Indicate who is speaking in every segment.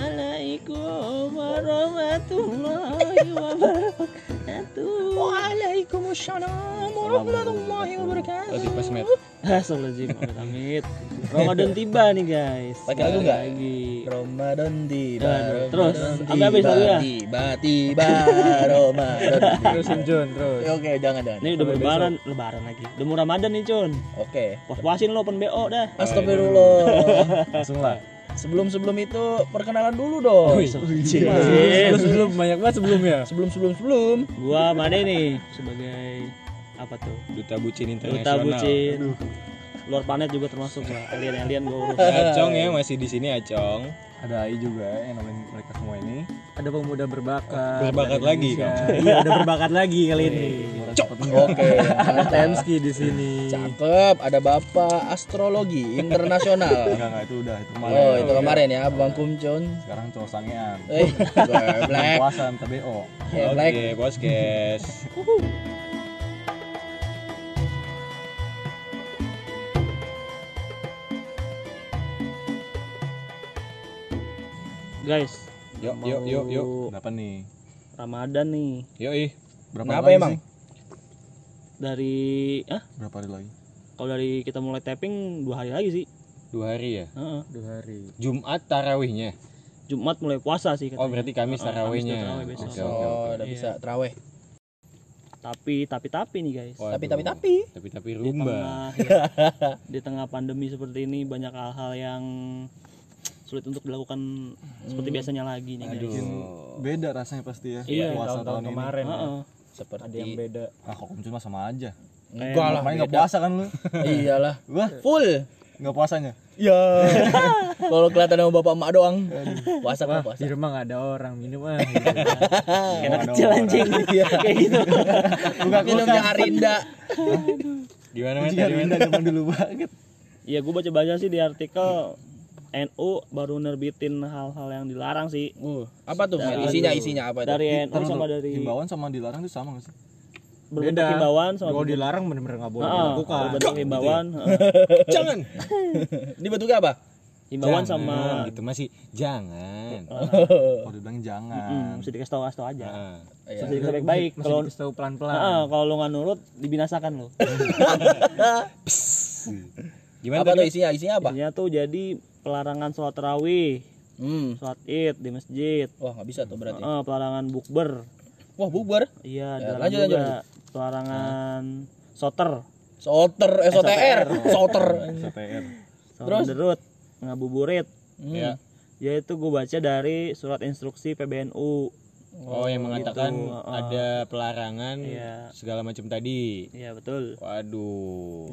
Speaker 1: Assalamualaikum warahmatullahi wabarakatuh.
Speaker 2: Waalaikumsalam warahmatullahi wabarakatuh.
Speaker 3: Lebih pas met.
Speaker 1: Astagfirullahaladzim, amit amit. Ramadan tiba nih guys.
Speaker 2: Pakai lagu nggak?
Speaker 1: Lagi.
Speaker 2: Ramadan tiba.
Speaker 1: Aduh, terus,
Speaker 2: Ramadan
Speaker 1: sampai habis
Speaker 2: tiba,
Speaker 1: lagunya.
Speaker 2: Tiba tiba Ramadan.
Speaker 3: Terus Jun terus.
Speaker 2: Oke, jangan jangan.
Speaker 1: Ini udah mau lebaran, lebaran lagi. Udah mau Ramadan nih, Cun.
Speaker 2: Oke.
Speaker 1: Puas-puasin lo open BO dah.
Speaker 2: Astagfirullah.
Speaker 3: Langsung lah.
Speaker 2: Sebelum sebelum itu perkenalan dulu dong.
Speaker 3: Wih,
Speaker 1: Iya.
Speaker 3: Terus belum banyak banget sebelumnya.
Speaker 2: Sebelum sebelum sebelum.
Speaker 1: Gua Made nih sebagai apa tuh?
Speaker 3: Duta bucin
Speaker 1: Duta bucin.
Speaker 3: internasional.
Speaker 1: Luar planet juga termasuk lah. Alien-alien gua urus.
Speaker 3: Acong ya masih di sini Acong.
Speaker 4: ada AI juga yang nemenin mereka semua ini
Speaker 1: Ada pemuda berbakat.
Speaker 3: Berbakat lagi kamu.
Speaker 4: iya ada berbakat lagi kali ini
Speaker 2: Cok. Oke. mantap.
Speaker 4: Temski di sini
Speaker 2: Cakep, ada Bapak Astrologi Internasional.
Speaker 4: enggak enggak itu udah itu kemarin
Speaker 2: Oh, itu kemarin ya, Bang Kumcon.
Speaker 4: sekarang cowok sangean
Speaker 2: Eh,
Speaker 4: Yang
Speaker 2: black.
Speaker 4: puasa TBO
Speaker 2: black.
Speaker 3: Oke, podcast.
Speaker 1: Guys,
Speaker 3: Yuk, yuk, yuk, yuk.
Speaker 4: kenapa nih
Speaker 1: Ramadan nih
Speaker 3: Yuk, ih.
Speaker 4: berapa
Speaker 2: Kenapa
Speaker 4: hari lagi
Speaker 2: emang?
Speaker 4: sih?
Speaker 1: dari ah
Speaker 4: berapa hari lagi
Speaker 1: kalau dari kita mulai tapping dua hari lagi sih.
Speaker 3: Dua hari ya.
Speaker 1: Heeh.
Speaker 4: dua hari
Speaker 3: Jumat tarawihnya.
Speaker 1: Jumat mulai puasa sih katanya.
Speaker 3: Oh, berarti
Speaker 1: Heeh,
Speaker 3: Kamis
Speaker 1: Iya, Kamis
Speaker 3: tarawihnya.
Speaker 1: tarawih besok.
Speaker 3: Oke, oke,
Speaker 2: Oh,
Speaker 3: oke.
Speaker 2: udah bisa traweh.
Speaker 1: Tapi tapi tapi nih guys.
Speaker 3: Waduh.
Speaker 2: Tapi tapi tapi.
Speaker 3: Tapi tapi
Speaker 1: Di
Speaker 3: rumba.
Speaker 1: tengah di tengah pandemi seperti ini banyak hal-hal yang sulit untuk dilakukan seperti biasanya lagi nih guys.
Speaker 3: Aduh.
Speaker 4: beda rasanya pasti ya
Speaker 1: Iya,
Speaker 4: puasa tahun,
Speaker 5: tahun-tahun
Speaker 4: ini
Speaker 5: kemarin ya.
Speaker 1: Heeh.
Speaker 5: ada
Speaker 2: Seperti
Speaker 5: yang beda
Speaker 4: ah kok cuma sama aja
Speaker 2: Iya. enggak lah,
Speaker 4: main nggak
Speaker 2: beda.
Speaker 4: puasa kan lu
Speaker 2: Iyalah.
Speaker 4: wah
Speaker 2: Full.
Speaker 4: nggak puasanya
Speaker 2: Ya. Kalau kelihatan sama bapak emak doang. Puasa kok puasa.
Speaker 5: di rumah nggak ada orang minum ah
Speaker 1: Kayak anak kecil anjing. Kayak gitu.
Speaker 2: Iya. Minumnya Arinda.
Speaker 3: Gimana
Speaker 4: Jika
Speaker 3: men Iya, tadi men?
Speaker 4: Rinda zaman dulu banget
Speaker 1: Iya, gue baca-baca sih di artikel NU baru nerbitin hal-hal yang dilarang sih.
Speaker 2: Uh, apa tuh?
Speaker 1: Dari-
Speaker 2: isinya isinya apa itu?
Speaker 1: Dari NU
Speaker 4: Ntar
Speaker 1: sama
Speaker 4: dulu,
Speaker 1: dari
Speaker 4: himbauan sama dilarang itu sama gak sih
Speaker 1: berbentuk himbauan sama
Speaker 5: kalau
Speaker 1: berbentuk-
Speaker 5: dilarang bener-bener nggak boleh
Speaker 1: Heeh,
Speaker 5: dilakukan
Speaker 1: berbentuk himbauan, heeh.
Speaker 3: Jangan.
Speaker 2: Ini bentuknya apa?
Speaker 1: himbauan
Speaker 3: Jangan.
Speaker 1: sama
Speaker 3: gitu masih
Speaker 1: Iya.
Speaker 3: jangan.
Speaker 4: kalau dibilang
Speaker 1: Hmm,
Speaker 4: jangan
Speaker 1: mesti dikasih tahu kasih tahu aja.
Speaker 3: Heeh.
Speaker 2: Iya.
Speaker 1: Mesti dikasih baik-baik.
Speaker 5: masih
Speaker 1: Kalau Ah,
Speaker 5: dikasih tahu pelan-pelan
Speaker 1: Heeh, kalau lu nggak nurut dibinasakan lu.
Speaker 3: Gimana
Speaker 2: Apa tuh
Speaker 3: tadi?
Speaker 2: isinya? Isinya apa?
Speaker 1: Intinya tuh jadi pelarangan sholat tarawih,
Speaker 2: Hmm.
Speaker 1: sholat id di masjid,
Speaker 2: Wah, nggak bisa tuh berarti.
Speaker 1: Heeh, pelarangan bukber,
Speaker 2: Ah. Wah, bubar.
Speaker 1: iya,
Speaker 2: Ya,
Speaker 1: dilarang
Speaker 2: lanjut,
Speaker 1: juga.
Speaker 2: lanjut, lanjut.
Speaker 1: pelarangan soter,
Speaker 2: Soter, SOTR, soter.
Speaker 4: CTR
Speaker 1: terus derut, ngabuburit.
Speaker 2: Hmm.
Speaker 1: Iya.
Speaker 3: Ya.
Speaker 1: Yaitu gue baca dari surat instruksi PBNU.
Speaker 3: Oh, yang mengatakan
Speaker 1: gitu. Heeh.
Speaker 3: ada pelarangan
Speaker 1: Iya.
Speaker 3: segala macam tadi.
Speaker 1: Iya, betul.
Speaker 3: Waduh.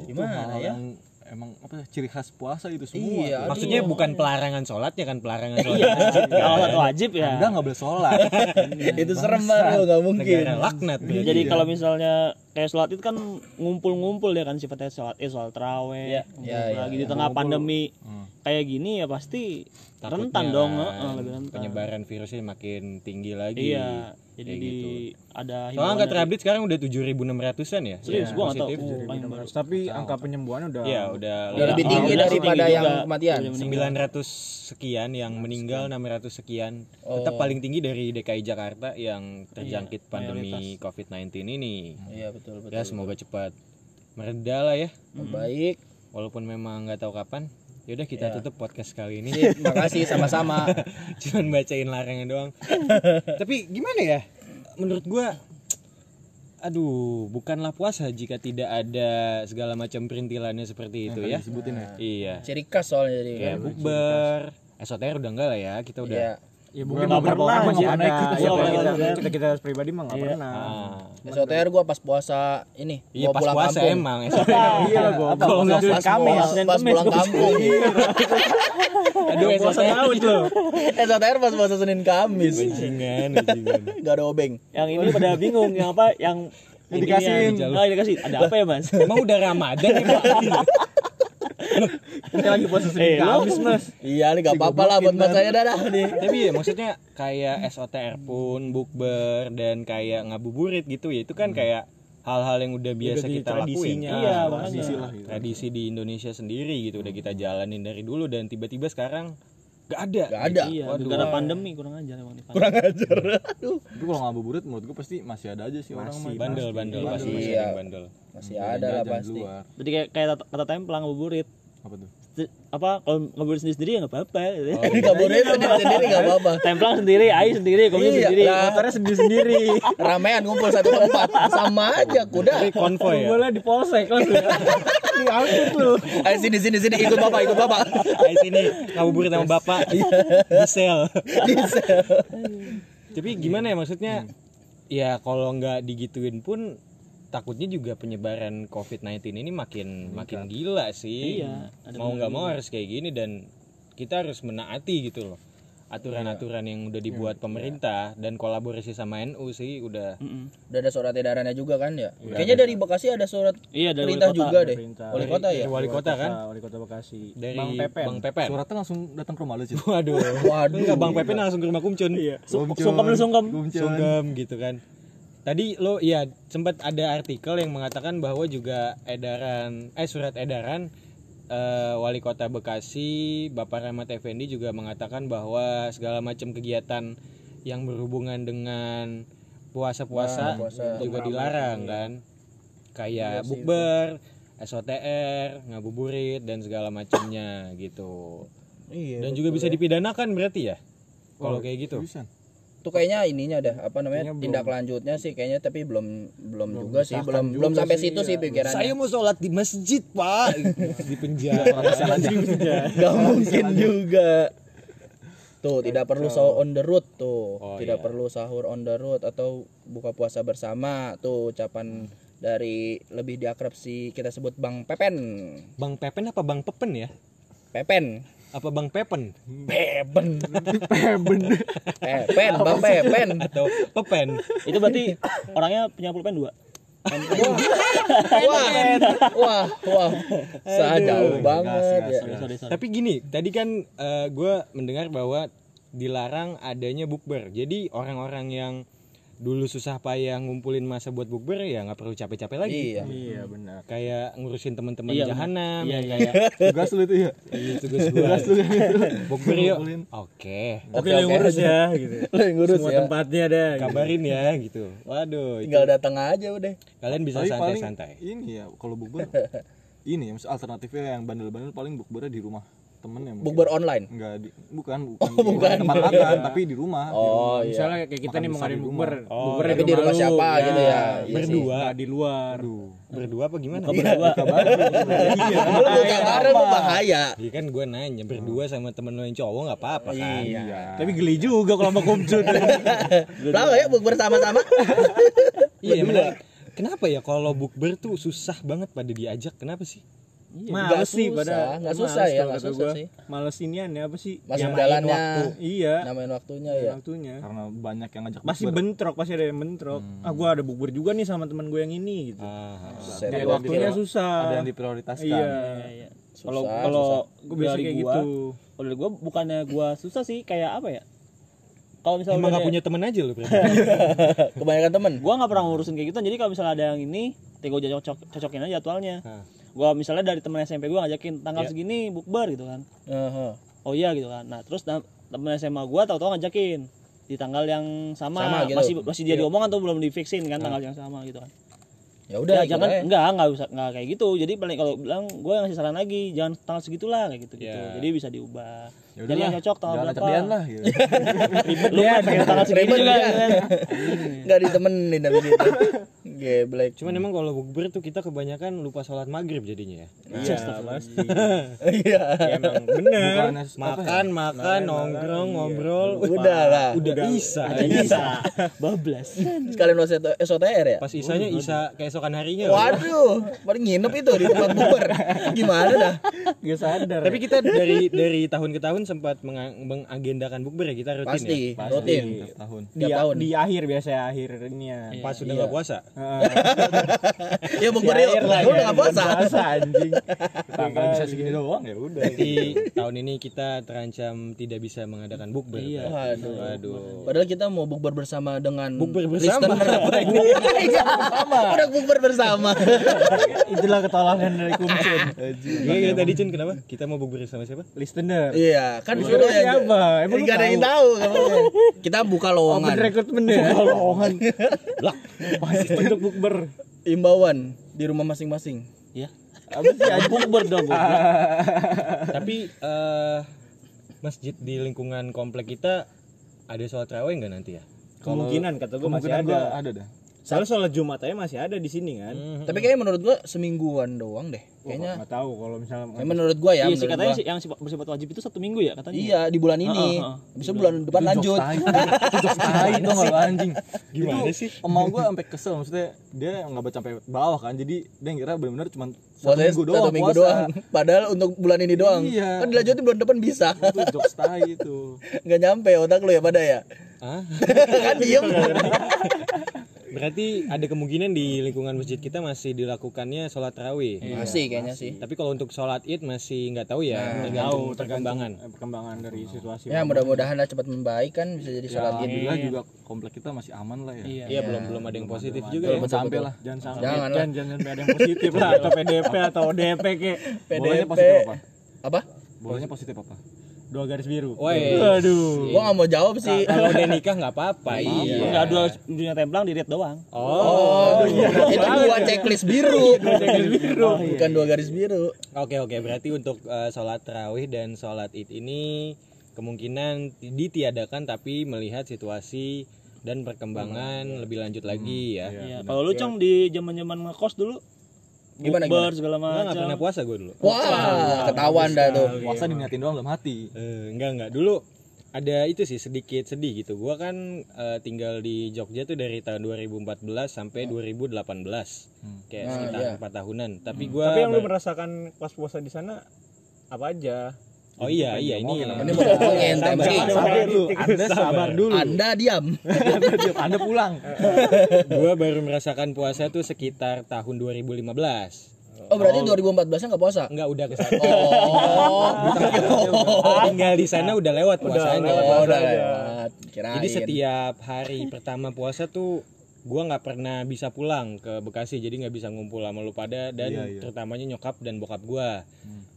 Speaker 1: Iya.
Speaker 4: itu
Speaker 2: Gimana
Speaker 4: hal
Speaker 2: ya?
Speaker 4: yang emang apa ya, ciri khas puasa itu semua
Speaker 2: Iya.
Speaker 4: tuh.
Speaker 3: Maksudnya bukan pelarangan sholatnya kan pelarangan sholat
Speaker 1: Iya.
Speaker 3: di masjid.
Speaker 1: Kalau satu wajib
Speaker 4: Anda
Speaker 1: ya.
Speaker 4: nggak boleh sholat.
Speaker 2: Itu serem banget, nggak mungkin.
Speaker 3: Negara laknat ya.
Speaker 1: Iya, Jadi kalau misalnya kayak sholat itu kan ngumpul-ngumpul ya kan sifatnya sholat id, sholat
Speaker 2: Iya,
Speaker 1: terawih, ngumpul
Speaker 2: iya, iya,
Speaker 1: lagi
Speaker 2: iya.
Speaker 1: di tengah pandemi
Speaker 4: Hmm.
Speaker 1: kayak gini ya pasti
Speaker 3: Takutnya
Speaker 1: rentan dong,
Speaker 3: kan,
Speaker 1: heeh, lebih rentan.
Speaker 3: Penyebaran virusnya makin tinggi lagi.
Speaker 1: Iya, jadi
Speaker 3: Kayak
Speaker 1: di
Speaker 3: gitu.
Speaker 1: ada
Speaker 3: Soalnya
Speaker 1: himbauan
Speaker 3: angka
Speaker 1: dari-
Speaker 3: terupdate sekarang udah 7600-an ya.
Speaker 4: Iya.
Speaker 1: Serius, gua nggak tahu.
Speaker 3: Positif.
Speaker 1: Oh, paling baru.
Speaker 5: tapi angka penyembuhan udah Ya,
Speaker 3: Iya, udah
Speaker 2: Udah lebih
Speaker 1: Iya,
Speaker 2: tinggi
Speaker 1: udah
Speaker 2: daripada
Speaker 1: tinggi
Speaker 2: yang
Speaker 1: juga.
Speaker 2: kematian.
Speaker 1: Udah meninggal.
Speaker 3: 900 sekian yang meninggal 600 sekian tetap paling tinggi dari DKI Jakarta yang terjangkit pandemi COVID-19 ini
Speaker 2: Iya, betul, betul.
Speaker 3: ya semoga cepat mereda lah ya
Speaker 2: Baik.
Speaker 3: walaupun memang nggak tahu kapan yaudah kita tutup podcast kali ini
Speaker 2: Sip, makasih sama-sama.
Speaker 3: cuman bacain larangan doang tapi gimana ya menurut gua aduh bukanlah puasa jika tidak ada segala macam perintilannya seperti itu ya
Speaker 4: Disebutin ya.
Speaker 3: iya
Speaker 2: Ciri khas soalnya jadi. kan.
Speaker 3: kayak Iya, bukber SOTR udah enggak lah ya kita udah
Speaker 2: Iya.
Speaker 5: ya mungkin
Speaker 1: Nggak
Speaker 5: beberapa
Speaker 1: pernah
Speaker 5: orang masih
Speaker 1: sih, nggak
Speaker 5: ada
Speaker 1: pernah
Speaker 5: ya
Speaker 1: ikut.
Speaker 5: kayak
Speaker 1: Nggak
Speaker 5: kita
Speaker 1: pernah.
Speaker 5: kita- kita pribadi mah nggak
Speaker 1: Iya.
Speaker 5: pernah
Speaker 3: Ah.
Speaker 2: SOTR gua pas puasa ini,
Speaker 3: Iya
Speaker 2: gua
Speaker 3: pas
Speaker 2: pulang
Speaker 3: puasa
Speaker 2: kampung.
Speaker 3: emang SOTR.
Speaker 5: iya lah gua
Speaker 3: Kalau nggak
Speaker 5: Kalau
Speaker 3: puasa
Speaker 2: Pas, puas-
Speaker 1: Senin Iya.
Speaker 2: pas
Speaker 1: Kemis
Speaker 2: pulang
Speaker 1: gua
Speaker 2: kampung.
Speaker 3: Aduh SOTR
Speaker 2: SOTR pas puasa Senin Kamis.
Speaker 1: Iya,
Speaker 3: Bajingan bajingan.
Speaker 2: Gak ada obeng.
Speaker 1: yang ini pada bingung yang apa yang ini
Speaker 4: dikasihin.
Speaker 1: oh, yang dikasih ada apa ya mas
Speaker 3: Emang udah Ramadan ya Pak?
Speaker 5: kita lagi puasa
Speaker 1: Eh,
Speaker 5: senin
Speaker 1: lo-
Speaker 5: habis mas
Speaker 2: Iya, ini gak apa-apa lah buat mas saya dadah nih.
Speaker 3: Tapi ya maksudnya kayak SOTR pun bukber dan kayak ngabuburit gitu ya itu kan kayak hal-hal yang udah biasa
Speaker 5: jadi
Speaker 3: kita lakuin.
Speaker 5: tradisinya.
Speaker 3: Iya,
Speaker 1: makanya.
Speaker 3: Hmm. tradisi lah gitu. Tradisi di Indonesia sendiri gitu udah kita jalanin dari dulu dan tiba-tiba sekarang Gak ada.
Speaker 2: Gak ada.
Speaker 1: Iya,
Speaker 3: Waduh.
Speaker 1: gara pandemi kurang ajar emang nih.
Speaker 2: Kurang ajar. Aduh.
Speaker 4: Tapi kalau ngabuburit menurut gue pasti masih ada aja sih orang
Speaker 5: Masih,
Speaker 4: mah.
Speaker 3: Bandel, bandel,
Speaker 2: Iya.
Speaker 3: pasti masih ada yang bandel.
Speaker 2: Masih
Speaker 3: Iya,
Speaker 2: ada lah
Speaker 4: Jajan
Speaker 2: pasti.
Speaker 4: keluar.
Speaker 1: Jadi kayak kayak kata- kata templang ngabuburit.
Speaker 4: Apa tuh?
Speaker 1: Se- apa kalau ngabuburit sendiri sendiri ya nggak apa-apa gitu.
Speaker 2: Enggak boleh sendiri sendiri enggak apa-apa.
Speaker 1: templang sendiri, ayu sendiri, kopi
Speaker 2: Iya,
Speaker 1: sendiri.
Speaker 2: lah.
Speaker 5: Motornya sendiri-sendiri.
Speaker 2: Ramean ngumpul satu tempat. Sama aja kuda.
Speaker 3: Tapi konvoy ya.
Speaker 5: Bola di polsek langsung. Diangkut lu.
Speaker 2: Ayo Eh, sini sini sini ikut bapak ikut bapak.
Speaker 3: Ayo sini Ah, ngabuburit sama bapak. Di sel.
Speaker 2: Diesel.
Speaker 3: Tapi gimana ya maksudnya? Ya kalau nggak digituin pun takutnya juga penyebaran COVID-19 ini makin makin gila sih.
Speaker 1: Iya, ada
Speaker 3: mau nggak mau harus kayak gini dan kita harus menaati gitu loh aturan-aturan yang udah dibuat pemerintah dan kolaborasi sama NU sih udah
Speaker 1: Mm-mm.
Speaker 2: Udah ada surat edarannya juga kan ya?
Speaker 3: Iya,
Speaker 2: Kayaknya dari Bekasi ada surat
Speaker 1: Iya, dari
Speaker 2: perintah
Speaker 1: wali kota.
Speaker 2: juga deh.
Speaker 5: Perintah.
Speaker 2: Wali kota ya?
Speaker 3: Dari wali kota kan
Speaker 5: Wali Kota Bekasi.
Speaker 3: dari
Speaker 5: Bang Pepen.
Speaker 3: Bang Pepen.
Speaker 4: Suratnya langsung datang ke rumah lu sih.
Speaker 3: Waduh.
Speaker 2: Waduh.
Speaker 3: Enggak Bang Pepen langsung ke rumah Kumcun.
Speaker 1: sungkem lu, sungkem.
Speaker 3: Sungkem gitu kan. Tadi lo ya sempat ada artikel yang mengatakan bahwa juga edaran eh surat edaran eh, wali kota Bekasi Bapak Rahmat Effendi juga mengatakan bahwa segala macam kegiatan yang berhubungan dengan
Speaker 2: Nah,
Speaker 3: puasa-puasa
Speaker 2: puasa. iya.
Speaker 3: juga dilarang kan kayak bukber, SOTR, ngabuburit dan segala macamnya gitu.
Speaker 2: Iya. Oh,
Speaker 3: Dan juga bisa dipidanakan berarti ya? Kalau kayak gitu.
Speaker 2: Itu kayaknya ininya dah apa namanya? tindak lanjutnya sih kayaknya tapi belum belum, juga sih, belum belum sampai situ sih iya. pikirannya.
Speaker 3: Saya mau sholat di masjid, Pak. di penjara.
Speaker 2: Gak mungkin juga. Tuh, tidak perlu sahur on the road tuh. tidak perlu sahur on the road atau buka puasa bersama. Tuh ucapan dari lebih diakrab si kita sebut Bang Pepen.
Speaker 3: Bang Pepen apa Bang Pepen ya?
Speaker 2: Pepen.
Speaker 3: Apa Bang Pepen?
Speaker 2: Hmm. Pepen. Pepen, Bang Pepen.
Speaker 3: Atau Pepen?
Speaker 1: Itu berarti orangnya punya pulpen dua.
Speaker 2: Wah. Wah, wah. Saya jauh banget ya.
Speaker 1: Sorry, sorry, sorry.
Speaker 3: Tapi gini, tadi kan gue mendengar bahwa dilarang adanya bukber. Jadi orang-orang yang dulu susah payah ngumpulin masa buat bukber ya nggak perlu capek-capek lagi.
Speaker 2: Iya.
Speaker 5: Iya benar.
Speaker 3: Kayak ngurusin teman-teman
Speaker 1: Iya,
Speaker 3: jahanam,
Speaker 1: Iya,
Speaker 3: yang
Speaker 1: iya.
Speaker 3: kayak
Speaker 4: Tugas lu itu ya.
Speaker 2: Iya.
Speaker 3: ini tugas gua. bukber yuk. Oke.
Speaker 5: Tapi
Speaker 2: Oke,
Speaker 5: lu yang
Speaker 2: oke.
Speaker 5: ngurus ya gitu.
Speaker 2: Lu yang ngurus
Speaker 5: Semua
Speaker 2: ya.
Speaker 5: tempatnya deh.
Speaker 3: Kabarin ya gitu. Waduh, itu
Speaker 2: Tinggal datang aja udah.
Speaker 3: kalian bisa
Speaker 4: Tapi paling
Speaker 3: santai-santai.
Speaker 4: ini ya kalau bukber ini ya maksud alternatifnya yang bandel-bandel paling bukbernya di rumah temen ya mungkin.
Speaker 2: Bukber online.
Speaker 4: Enggak di bukan bukan, di tempat makan tapi di rumah. di
Speaker 2: Oh, iya.
Speaker 5: Misalnya kayak kita
Speaker 4: Makan
Speaker 5: nih mau
Speaker 4: besar
Speaker 5: ngadain
Speaker 4: di
Speaker 5: bukber,
Speaker 1: Iya,
Speaker 3: Oh,
Speaker 5: bukber
Speaker 2: tapi di rumah
Speaker 5: lu.
Speaker 2: siapa gitu ya. Iya
Speaker 3: Berdua.
Speaker 5: Nggak di luar.
Speaker 4: Aduh.
Speaker 3: Berdua apa gimana?
Speaker 1: Dua.
Speaker 2: Lu buka bareng lu bahaya.
Speaker 3: Iya kan gue nanya berdua sama temen lo yang cowok nggak apa-apa kan?
Speaker 2: Iya.
Speaker 5: Nah. Tapi geli juga kalau sama kumcut.
Speaker 2: Lalu ya bukber sama-sama.
Speaker 3: Iya emang. Kenapa ya kalau bukber tuh susah banget pada diajak? Kenapa sih?
Speaker 2: Nggak
Speaker 5: Males sih
Speaker 2: susah,
Speaker 5: pada
Speaker 2: nggak
Speaker 5: males
Speaker 2: susah ya,
Speaker 5: kalau
Speaker 2: nggak
Speaker 5: kata
Speaker 2: susah
Speaker 5: gua.
Speaker 2: sih.
Speaker 5: Males inian ya apa sih?
Speaker 2: Masuk
Speaker 5: Nyamain
Speaker 2: jalannya.
Speaker 5: waktu. Iya.
Speaker 2: Namain waktunya ya.
Speaker 5: Waktunya.
Speaker 4: Karena banyak yang ngajak
Speaker 5: Pasti
Speaker 4: bukber.
Speaker 5: bentrok, pasti ada yang bentrok. Ah gua ada bukber juga nih sama teman gue yang ini gitu.
Speaker 3: Ah,
Speaker 2: Set
Speaker 5: Nyari
Speaker 4: ada yang
Speaker 5: waktunya
Speaker 4: diprior- Ada
Speaker 5: susah.
Speaker 2: eh,
Speaker 4: yang diprioritaskan.
Speaker 5: Iya.
Speaker 1: Iya, iya.
Speaker 2: Susah,
Speaker 1: Kalau kalau
Speaker 5: Gue biasa
Speaker 1: dari
Speaker 5: kayak
Speaker 1: gua, Iya.
Speaker 5: gitu.
Speaker 1: Kalau dari gua bukannya gua susah sih kayak apa ya? Kalau misalnya
Speaker 3: Emang
Speaker 1: udah
Speaker 3: gak
Speaker 1: ada-
Speaker 3: punya temen aja lo berarti?
Speaker 2: Kebanyakan temen.
Speaker 1: gua nggak pernah ngurusin kayak gitu jadi kalau misalnya ada yang ini nanti gua cocok cocokin aja jadwalnya
Speaker 3: Hah.
Speaker 1: gua misalnya dari temen SMP gua ngajakin tanggal
Speaker 5: Iya.
Speaker 1: segini bukber gitu kan
Speaker 2: Heeh.
Speaker 1: oh iya gitu kan nah terus na- temen SMA gua tahu-tahu ngajakin di tanggal yang sama,
Speaker 2: Sama gitu.
Speaker 1: masih masih dia diomongan tuh belum difixin kan tanggal yang sama gitu kan
Speaker 2: Ya udah
Speaker 1: ya, jangan enggak enggak usah enggak kayak gitu jadi paling kalau bilang gue ngasih saran lagi jangan tanggal segitulah kayak gitu gitu
Speaker 2: Iya.
Speaker 3: Ya.
Speaker 1: jadi bisa diubah
Speaker 2: Ya
Speaker 4: Yaudah
Speaker 1: jadi
Speaker 4: lah,
Speaker 1: yang cocok tanggal
Speaker 4: Ya Jangan ajak
Speaker 1: berapa
Speaker 4: Dian lah gitu.
Speaker 1: ribet lu kan pengen tanggal segini
Speaker 2: Ribet
Speaker 1: juga
Speaker 2: dia.
Speaker 1: gitu kan.
Speaker 2: Enggak ditemenin tapi gitu. Geblek.
Speaker 3: Cuman emang kalau bukber tuh kita kebanyakan lupa sholat maghrib jadinya ya.
Speaker 5: Iya, pasti.
Speaker 2: Iya.
Speaker 5: Ya, Emang bener.
Speaker 4: Bukannya apa ya?
Speaker 3: Makan, makan, nongkrong, ngobrol.
Speaker 2: Udah lah.
Speaker 3: Udah bisa.
Speaker 1: bisa bablas
Speaker 2: Sekalian lo set- SOTR ya.
Speaker 3: Pas isanya isa keesokan harinya.
Speaker 2: Waduh, paling nginep itu di tempat bukber. Gimana dah?
Speaker 5: Gak sadar.
Speaker 3: Tapi kita dari dari tahun ke tahun sempat menga- mengagendakan bukber ya kita rutin ya.
Speaker 2: Pasti,
Speaker 4: Pasti,
Speaker 2: rutin.
Speaker 4: tiap tahun.
Speaker 5: Iya. di,
Speaker 2: tiap tahun.
Speaker 5: di akhir biasanya akhirnya.
Speaker 3: Pas sudah nggak puasa.
Speaker 2: Ya bukber yuk. Lu udah nggak puasa.
Speaker 5: Puasa anjing. Iya,
Speaker 4: Tanggal bisa segini doang ya udah.
Speaker 3: Berarti tahun ini kita terancam tidak bisa mengadakan bukber.
Speaker 1: Iya.
Speaker 2: Waduh.
Speaker 3: Waduh.
Speaker 2: Padahal kita mau bukber bersama dengan
Speaker 3: Bukber bersama.
Speaker 2: listener apa ini? Iya, Udah bukber bersama.
Speaker 5: Itulah ketolakan dari kumcun.
Speaker 3: Iya, iya, tadi Cun kenapa? Kita mau bukber sama siapa?
Speaker 5: Listener.
Speaker 2: Iya. Iya, kan suruh ya.
Speaker 5: siapa?
Speaker 2: Emang
Speaker 5: Emang lu
Speaker 2: gak ada yang tahu. Kita buka
Speaker 5: Open
Speaker 2: lowongan.
Speaker 5: recruitment ya. Lowongan. Lah, masih untuk bukber.
Speaker 2: Imbauan di rumah masing-masing.
Speaker 1: ya apa sih ada bukber dong bukber.
Speaker 3: Tapi eh masjid di lingkungan komplek kita ada sholat terawih nggak nanti ya?
Speaker 5: Kemungkinan kata gue masih
Speaker 4: Kemungkinan
Speaker 5: ada.
Speaker 4: gua ada dah.
Speaker 5: Soalnya sholat Jumat aja masih ada di sini kan.
Speaker 2: Tapi kayaknya menurut gua semingguan doang deh. Kayaknya
Speaker 5: Enggak tahu kalau misalnya
Speaker 2: ya menurut gua ya.
Speaker 1: iya sih
Speaker 2: menurut
Speaker 1: katanya
Speaker 2: gua.
Speaker 1: sih yang sifat- bersifat wajib itu satu minggu ya katanya
Speaker 2: Iya, di bulan ini.
Speaker 1: Heeh,
Speaker 2: Bisa bulan depan lanjut.
Speaker 4: Tahi dong kalau anjing.
Speaker 3: Gimana
Speaker 4: itu, sih? Emak gua sampai kesel maksudnya dia nggak baca sampai bawah kan. Jadi dia ngira benar-benar cuma satu
Speaker 2: Puasanya
Speaker 4: minggu doang.
Speaker 2: satu minggu
Speaker 4: puasa.
Speaker 2: doang. Padahal untuk bulan ini doang.
Speaker 4: Iya.
Speaker 2: Kan dilanjutin bulan depan bisa.
Speaker 4: Itu jokes tai itu.
Speaker 2: Nggak nyampe otak lu ya pada ya.
Speaker 3: Hah?
Speaker 2: kan diem.
Speaker 3: Iya, Berarti ada kemungkinan di lingkungan masjid kita masih dilakukannya sholat terawih.
Speaker 2: Masih kayaknya sih.
Speaker 3: Tapi kalau untuk sholat id masih nggak tahu ya, tergantung
Speaker 5: tahu
Speaker 3: perkembangan.
Speaker 4: Eh,
Speaker 5: tergantung perkembangan dari situasi.
Speaker 2: Ya mudah-mudahan lah cepat membaik kan bisa jadi sholat id.
Speaker 4: ya, Alhamdulillah juga komplek kita masih aman lah ya.
Speaker 1: Iya.
Speaker 3: Iya belum belum ada yang positif juga ya.
Speaker 4: Jangan sampai lah.
Speaker 5: Jangan sampai
Speaker 2: Jangan
Speaker 5: jangan,
Speaker 2: lah.
Speaker 5: jangan, jangan sampai ada yang positif lah atau PDP atau DP kek.
Speaker 4: Bolanya
Speaker 2: PDP.
Speaker 4: positif apa?
Speaker 2: Apa?
Speaker 4: Bolanya positif apa?
Speaker 5: Dua garis biru.
Speaker 3: Woi.
Speaker 5: Aduh.
Speaker 2: Gua nggak mau jawab sih.
Speaker 3: Kalau udah nikah nggak apa-apa. Iya.
Speaker 1: nggak dua dunia templang dilihat doang
Speaker 2: Oh,
Speaker 3: Oh,
Speaker 2: itu dua checklist biru.
Speaker 3: Iya,
Speaker 2: Bukan dua garis biru.
Speaker 3: oke oke. Berarti untuk eh, sholat terawih dan sholat id ini kemungkinan ditiadakan tapi melihat situasi dan perkembangan lebih lanjut lagi ya.
Speaker 1: iya kalau lu cong di zaman zaman ngekos dulu
Speaker 2: Gimana,
Speaker 1: bukber segala
Speaker 3: Gua nggak pernah
Speaker 1: macam
Speaker 3: puasa gue dulu.
Speaker 2: Wah, ketahuan dah tuh.
Speaker 4: Puasa diniatin doang dalam hati.
Speaker 3: Eh, enggak enggak dulu ada itu sih sedikit sedih gitu. Gua kan eh, tinggal di Jogja tuh dari tahun 2014 sampai 2018. Kayak sekitar
Speaker 2: iya.
Speaker 3: 4 tahunan. Tapi gua
Speaker 5: Tapi yang lu
Speaker 3: ber-
Speaker 5: merasakan pas puasa di sana apa aja?
Speaker 3: Oh iya iya ini.
Speaker 2: Ini mau ngomongin
Speaker 3: Sabar,
Speaker 2: tensi.
Speaker 3: sabar dulu.
Speaker 5: Anda sabar dulu.
Speaker 2: Anda diam.
Speaker 4: Anda pulang.
Speaker 3: Gua baru merasakan puasa tuh sekitar tahun 2015.
Speaker 2: Oh, berarti 2014-nya enggak puasa.
Speaker 3: Enggak udah kesana.
Speaker 2: Oh,
Speaker 3: Tinggal di sana Oh. udah lewat puasanya. Iya,
Speaker 2: oh, udah lewat. Kirain.
Speaker 3: Jadi setiap hari pertama puasa tuh gua nggak pernah bisa pulang ke Bekasi jadi nggak bisa ngumpul sama lu pada dan terutamanya nyokap dan bokap gua.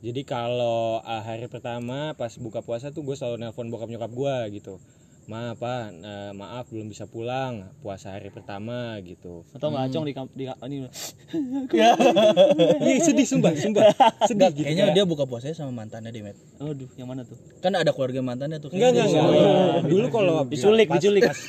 Speaker 3: Jadi kalau ah, hari pertama pas buka puasa tuh gue selalu nelpon bokap nyokap gua gitu. Ma, apa, Eh, maaf belum bisa pulang puasa hari pertama gitu.
Speaker 1: atau nggak cong di kamp- di ini
Speaker 3: Iya sedih sumpah, sumpah. Sedih gitu.
Speaker 2: kayaknya
Speaker 3: kayak-
Speaker 2: dia buka puasanya sama mantannya deh, Met.
Speaker 1: aduh yang mana tuh
Speaker 2: Kan ada keluarga mantannya tuh.
Speaker 3: Enggak enggak enggak. Dulu kalau
Speaker 1: Diculik,
Speaker 3: pas-
Speaker 1: diculik.
Speaker 3: pas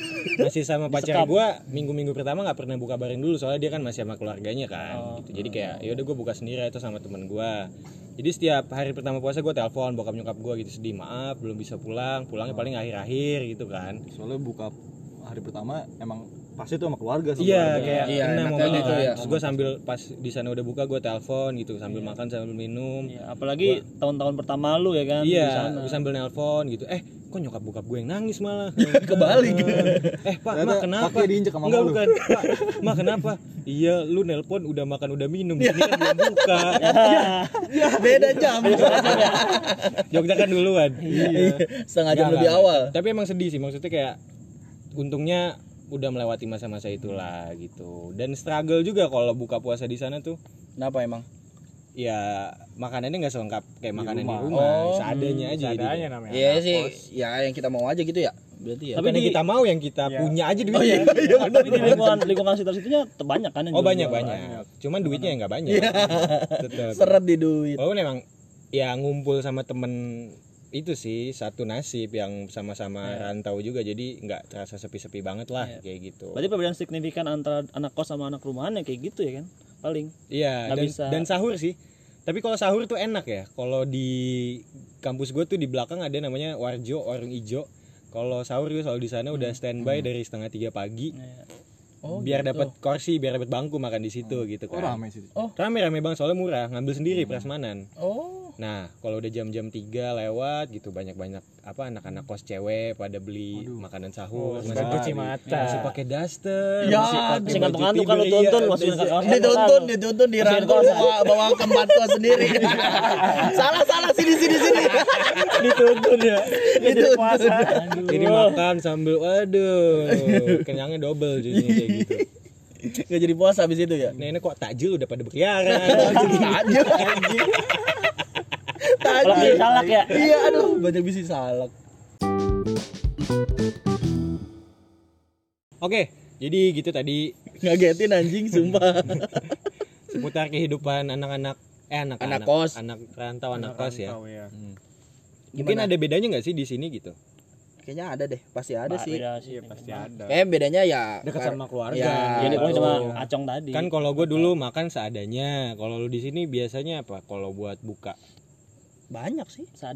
Speaker 3: masih sama pacar gua minggu-minggu pertama nggak pernah buka bareng dulu soalnya dia kan masih sama keluarganya kan. gitu. Jadi kayak ya udah gua buka sendiri atau sama temen gua. Jadi setiap hari pertama puasa gua telepon bokap nyokap gua gitu sedih maaf belum bisa pulang pulangnya paling akhir-akhir gitu kan.
Speaker 4: Soalnya buka hari pertama emang pasti tuh sama keluarga sama
Speaker 3: Iya
Speaker 4: keluarga.
Speaker 3: kayak
Speaker 2: Iya,
Speaker 3: kena
Speaker 2: enaknya
Speaker 3: momennya
Speaker 2: gitu
Speaker 3: kan.
Speaker 2: ya.
Speaker 3: Terus gua sambil pas di sana udah buka gua telepon gitu sambil makan sambil minum.
Speaker 1: ya, apalagi tahun-tahun pertama lu ya kan di sana.
Speaker 3: Iya, gua sambil nelpon gitu. Eh, kok nyokap bokap gue yang nangis malah.
Speaker 2: Kebalik.
Speaker 3: Eh, Pak, Ma kenapa?
Speaker 4: kakinya diinjek sama
Speaker 3: Enggak,
Speaker 4: lu.
Speaker 3: bukan. Pak, Ma kenapa? Iya, lu nelpon udah makan udah minum. Ini kan belum buka.
Speaker 2: Iya, Beda jam.
Speaker 3: Jogja kan duluan. Iya.
Speaker 2: Setengah jam
Speaker 3: Enggak,
Speaker 2: lebih
Speaker 3: enggak.
Speaker 2: awal.
Speaker 3: Tapi emang sedih sih maksudnya kayak untungnya udah melewati masa-masa itulah gitu. Dan struggle juga kalau buka puasa di sana tuh
Speaker 2: Kenapa emang?
Speaker 3: ya makanannya nggak selengkap kayak makanan di rumah,
Speaker 2: Oh,
Speaker 3: seadanya aja gitu.
Speaker 5: Adanya namanya.
Speaker 2: Iya sih, ya yang kita mau aja gitu ya. Berarti ya. Oh, iya.
Speaker 3: Tapi Iya. Oh,
Speaker 1: Tapi
Speaker 3: yang
Speaker 1: di-
Speaker 3: kita mau yang kita punya aja duitnya.
Speaker 1: tapi di lingkungan lingkungan sekitar situnya banyak kan yang
Speaker 3: iya. Oh
Speaker 1: jual-jual.
Speaker 3: banyak banyak. Cuman duitnya yang nggak banyak. Iya. Tetep.
Speaker 2: Seret di duit.
Speaker 3: Walaupun emang ya ngumpul sama temen itu sih satu nasib yang sama-sama rantau juga jadi nggak terasa sepi-sepi banget lah kayak gitu.
Speaker 1: berarti perbedaan signifikan antara anak kos sama anak rumahan ya kayak gitu ya kan paling
Speaker 3: Iya
Speaker 1: nggak
Speaker 3: dan,
Speaker 1: bisa.
Speaker 3: dan sahur sih. Tapi kalau sahur tuh enak ya. Kalau di kampus gue tuh di belakang ada namanya Warjo Warung Ijo. Kalau sahur gue selalu di sana udah standby dari setengah tiga pagi. Oh.
Speaker 2: Oh.
Speaker 3: biar dapat kursi, biar dapat bangku makan di situ gitu
Speaker 4: Oh,
Speaker 3: kan.
Speaker 4: rame sih.
Speaker 3: Rame-rame bang soalnya murah, ngambil sendiri prasmanan.
Speaker 2: Oh.
Speaker 3: Nah, kalau udah jam-jam 3 lewat gitu banyak-banyak apa anak-anak kos cewek pada beli makanan sahur, masih
Speaker 5: Cuci
Speaker 3: pakai
Speaker 5: mata.
Speaker 3: masih pakai duster,
Speaker 2: Ya,
Speaker 3: masih pakai
Speaker 1: masih
Speaker 3: baju
Speaker 1: ngantuk-ngantuk kalau kan
Speaker 3: tidur, iya,
Speaker 1: tuntun
Speaker 3: terus
Speaker 1: masukin ke kan.
Speaker 3: ya.
Speaker 1: kamar
Speaker 2: dituntun dituntun dirangkul bawa bawa ke empat kau sendiri salah salah sini sini sini
Speaker 1: dituntun ya
Speaker 2: Dituntun.
Speaker 3: Iya, Jadi makan sambil waduh, kenyangnya double jadinya kayak gitu.
Speaker 2: nggak jadi puasa abis itu ya
Speaker 3: Nah, ini kok takjil udah pada berkeliaran.
Speaker 2: takjil takjil
Speaker 1: Kalau
Speaker 2: anjing.
Speaker 1: salak ya.
Speaker 2: Iya, aduh, banyak bisi salak.
Speaker 3: Oke, jadi gitu tadi
Speaker 2: Ngagetin anjing, sumpah.
Speaker 3: seputar kehidupan anak-anak eh anak
Speaker 2: Anak kos.
Speaker 3: anak rantau anak, kos ya.
Speaker 5: Tahu ya.
Speaker 3: Mungkin ada bedanya nggak sih di sini gitu?
Speaker 2: Kayaknya ada deh, pasti ada sih.
Speaker 1: Beda sih.
Speaker 5: Iya, Pasti ada.
Speaker 2: Kayak bedanya ya
Speaker 5: Dekat
Speaker 2: kar-
Speaker 5: sama keluarga.
Speaker 2: Ya,
Speaker 1: Ya di
Speaker 2: betul.
Speaker 1: sama Acong tadi.
Speaker 3: Kan kalau gue dulu makan seadanya, kalau lu di sini biasanya apa? Kalau buat buka
Speaker 2: banyak sih.
Speaker 5: Kalau